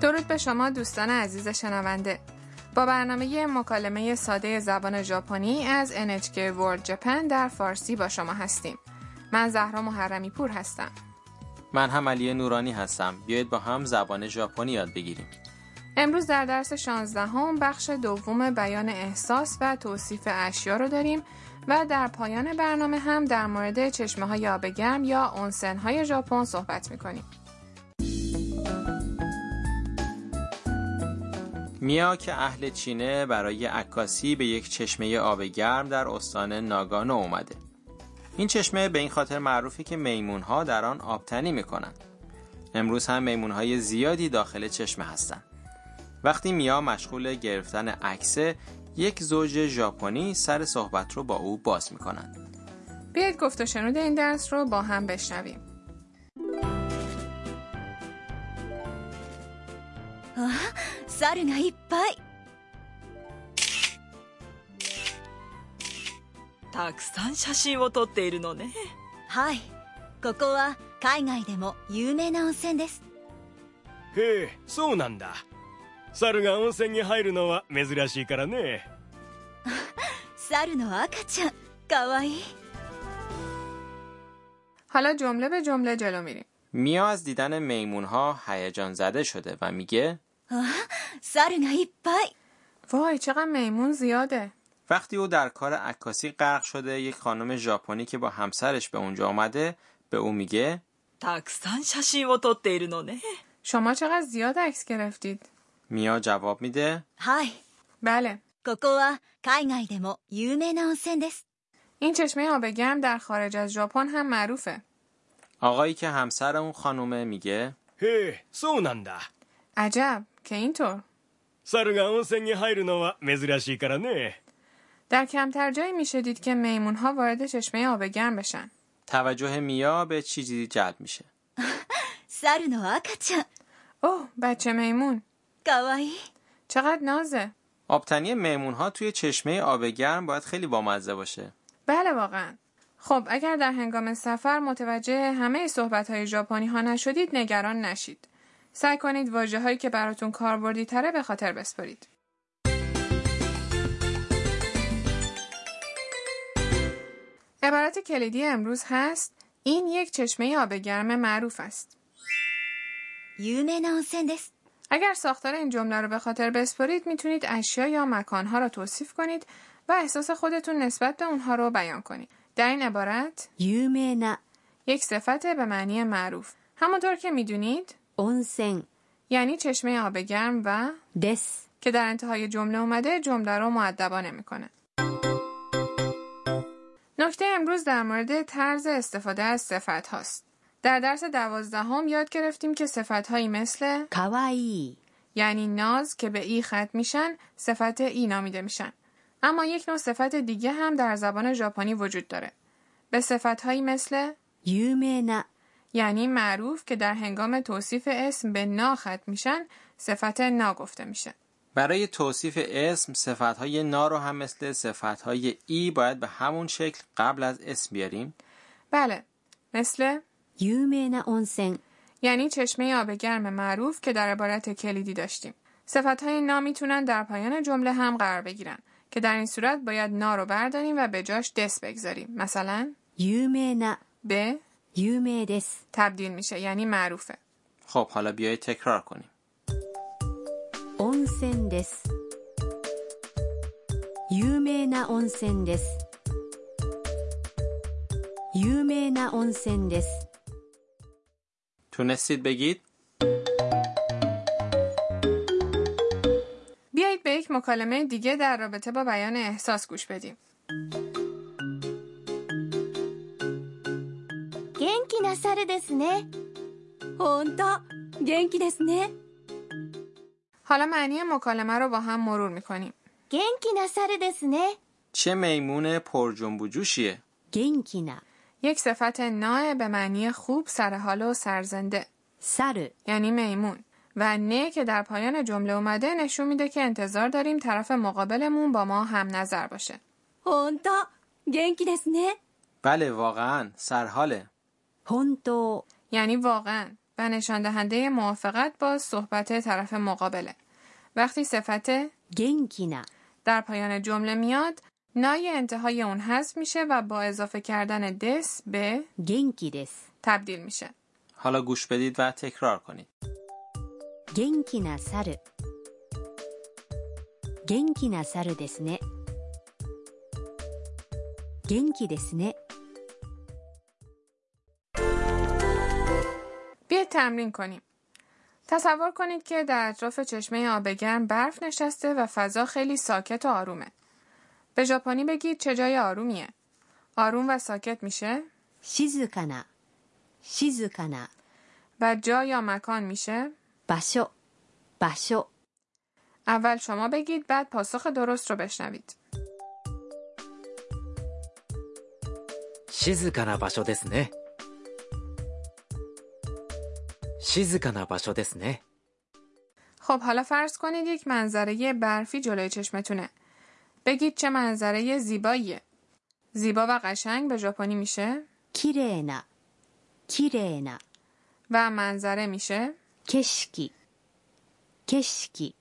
درود به شما دوستان عزیز شنونده با برنامه مکالمه ساده زبان ژاپنی از NHK World Japan در فارسی با شما هستیم من زهرا محرمی پور هستم من هم علی نورانی هستم بیایید با هم زبان ژاپنی یاد بگیریم امروز در درس 16 هم بخش دوم بیان احساس و توصیف اشیا رو داریم و در پایان برنامه هم در مورد چشمه های آب گرم یا اونسن های ژاپن صحبت میکنیم میا که اهل چینه برای عکاسی به یک چشمه آب گرم در استان ناگانو اومده این چشمه به این خاطر معروفه که میمون ها در آن آبتنی میکنن امروز هم میمون های زیادی داخل چشمه هستند. وقتی میا مشغول گرفتن عکس یک زوج ژاپنی سر صحبت رو با او باز میکنند بیایید گفت و شنود این درس رو با هم بشنویم 猿がいっぱいたくさん写真を撮っているのねはいここは海外でも有名な温泉ですへえそうなんだ猿が温泉に入るのは珍しいからね猿の赤ちゃんかわいい حالا جمله به جمله جلو میریم میا از دیدن میمون ها هیجان زده شده و میگه 猿がいっぱい وای چقدر میمون زیاده وقتی او در کار عکاسی غرق شده یک خانم ژاپنی که با همسرش به اونجا آمده به او میگه たくさん写真を撮っているのね شما چقدر زیاد عکس گرفتید میا جواب میده はい بله ここは海外でも有名な温泉です این چشمه آب گرم در خارج از ژاپن هم معروفه آقایی که همسر اون خانومه میگه へえそうなんだ عجب که اینطور 猿が温泉に入るのは珍しいからね در کمتر جایی میشه دید که میمون ها وارد چشمه آب گرم بشن توجه میا به چیزی جلب میشه 猿の赤ちゃん اوه بچه میمون かわいい چقدر نازه آبتنی میمون ها توی چشمه آب گرم باید خیلی بامزه باشه بله واقعا خب اگر در هنگام سفر متوجه همه صحبت های ژاپنی ها نشدید نگران نشید سعی کنید واجه هایی که براتون کاربردی تره به خاطر بسپرید عبارت کلیدی امروز هست این یک چشمه آب گرم معروف است 有名な温泉です اگر ساختار این جمله رو به خاطر بسپرید میتونید اشیا یا مکانها را توصیف کنید و احساس خودتون نسبت به اونها رو بیان کنید. در این عبارت 有名な یک صفت به معنی معروف. همونطور که میدونید 温泉 یعنی چشمه آب گرم و です که در انتهای جمله اومده جمله رو معدبانه میکنه. نکته امروز در مورد طرز استفاده از صفت هاست. در درس دوازدهم یاد گرفتیم که صفت هایی مثل かわいい یعنی ناز که به ای ختم میشن صفت ای نامیده میشن اما یک نوع صفت دیگه هم در زبان ژاپنی وجود داره به صفت هایی مثل 有名な یعنی معروف که در هنگام توصیف اسم به نا ختم میشن صفت نا گفته میشه برای توصیف اسم صفت های نا رو هم مثل صفت های ای باید به همون شکل قبل از اسم بیاریم بله مثل 有名な温泉 یعنی چشمه آب گرم معروف که در عبارت کلیدی داشتیم صفت های نا میتونن در پایان جمله هم قرار بگیرن که در این صورت باید نا رو برداریم و به جاش دس بگذاریم مثلا 有名な به 有名です تبدیل میشه یعنی معروفه خب حالا بیایید تکرار کنیم 温泉です有名な温泉です有名な温泉です تونستید بگید بیایید به یک مکالمه دیگه در رابطه با بیان احساس گوش بدیم 元気な猿ですね本当元気ですね حالا معنی مکالمه رو با هم مرور میکنیم 元気な猿ですね چه میمون پر جنب و جوشیه 元気な یک صفت ناه به معنی خوب سرحال و سرزنده 猿 یعنی میمون و نه که در پایان جمله اومده نشون میده که انتظار داریم طرف مقابلمون با ما هم نظر باشه 本当元気ですね بله واقعا سرحاله 本当 یعنی واقعا و نشان دهنده موافقت با صحبت طرف مقابله. وقتی صفت 元気な در پایان جمله میاد، نای انتهای اون حذف میشه و با اضافه کردن دس به 元気です تبدیل میشه. حالا گوش بدید و تکرار کنید. 元気な猿元気な猿ですね元気ですね بیاید تمرین کنیم. تصور کنید که در اطراف چشمه آب گرم برف نشسته و فضا خیلی ساکت و آرومه. به ژاپنی بگید چه جای آرومیه. آروم و ساکت میشه 静かな静かな و جا یا مکان میشه 場所場所 اول شما بگید بعد پاسخ درست رو بشنوید. 静かな場所ですね静かな場所ですね خب حالا فرض کنید یک منظره برفی جلوی چشمتونه. بگید چه منظره زیباییه. زیبا و قشنگ به ژاپنی میشه 綺麗な綺麗な و منظره میشه 景色景色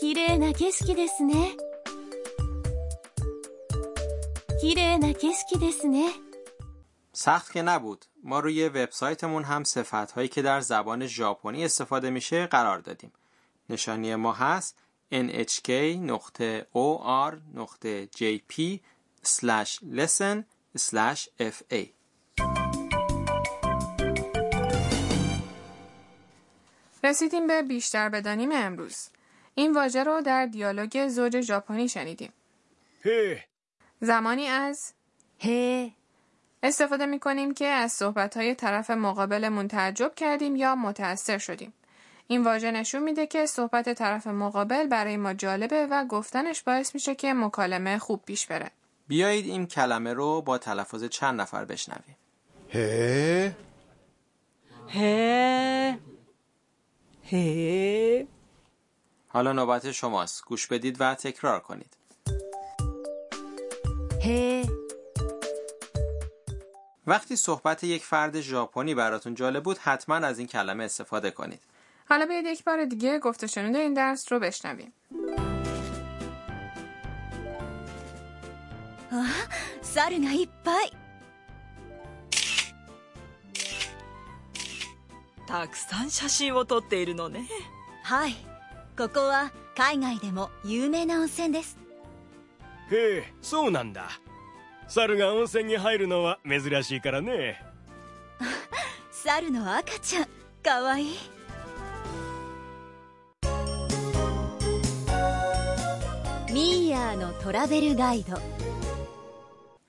綺麗な景色ですね綺麗な景色ですね سخت که نبود ما روی وبسایتمون هم صفت هایی که در زبان ژاپنی استفاده میشه قرار دادیم نشانی ما هست nhk.or.jp/lesson/fa رسیدیم به بیشتر بدانیم امروز. این واژه رو در دیالوگ زوج ژاپنی شنیدیم. へえ زمانی از へえ استفاده می کنیم که از صحبت های طرف مقابلمون تعجب کردیم یا متأثر شدیم. این واژه نشون میده که صحبت طرف مقابل برای ما جالبه و گفتنش باعث میشه که مکالمه خوب پیش بره. بیایید این کلمه رو با تلفظ چند نفر بشنویم へえへえへえ حالا نوبت شماست گوش بدید و تکرار کنید へえ وقتی صحبت یک فرد ژاپنی براتون جالب بود حتما از این کلمه استفاده کنید حالا بیاید یک بار دیگه گفت و شنود این درس رو بشنویم. 猿がいっぱいたくさん写真を撮っているのねはいここは海外でも有名な温泉ですへえそうなんだ猿が温泉に入るのは珍しいからね猿の赤ちゃんかわいいミーヤーのトラベルガイド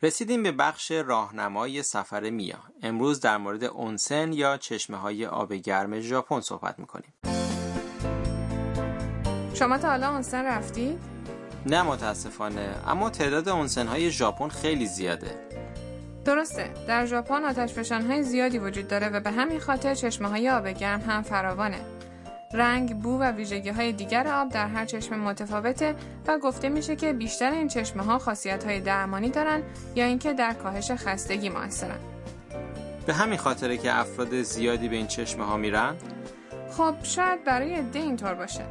رسیدیم به بخش راهنمای سفر میا امروز در مورد اونسن یا چشمه های آب گرم ژاپن صحبت میکنیم شما تا حالا اونسن رفتید؟ نه متاسفانه اما تعداد اونسن های ژاپن خیلی زیاده درسته در ژاپن آتشفشان های زیادی وجود داره و به همین خاطر چشمه های آب گرم هم فراوانه رنگ بو و ویژگی های دیگر آب در هر چشمه متفاوته و گفته میشه که بیشتر این چشمه ها خاصیت های درمانی دارن یا اینکه در کاهش خستگی موثرن به همین خاطره که افراد زیادی به این چشمه ها میرن خب شاید برای عده اینطور باشه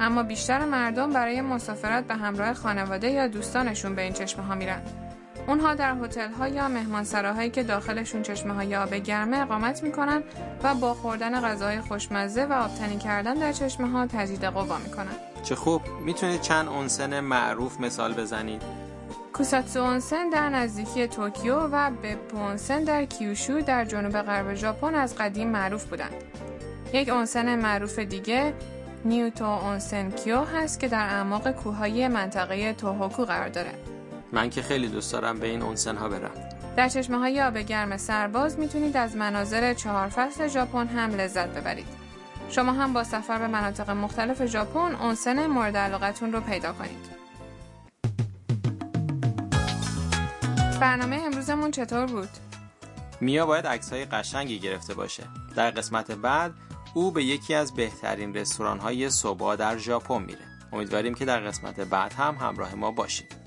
اما بیشتر مردم برای مسافرت به همراه خانواده یا دوستانشون به این چشمه ها میرن اونها در هتل ها یا مهمانسراهایی که داخلشون چشمه های آب گرمه اقامت میکنن و با خوردن غذاهای خوشمزه و آبتنی کردن در چشمه ها تجدید قوا میکنن چه خوب میتونید چند اونسن معروف مثال بزنید کوساتسو اونسن در نزدیکی توکیو و بپو اونسن در کیوشو در جنوب غرب ژاپن از قدیم معروف بودند. یک اونسن معروف دیگه نیوتو اونسن کیو هست که در اعماق کوههای منطقه توهوکو قرار داره. من که خیلی دوست دارم به این اونسن ها برم در چشمه های آب گرم سرباز میتونید از مناظر چهار فصل ژاپن هم لذت ببرید. شما هم با سفر به مناطق مختلف ژاپن اونسن مورد علاقتون رو پیدا کنید. برنامه امروزمون چطور بود؟ میا باید عکس های قشنگی گرفته باشه در قسمت بعد او به یکی از بهترین رستوران های صبح در ژاپن میره امیدواریم که در قسمت بعد هم همراه ما باشید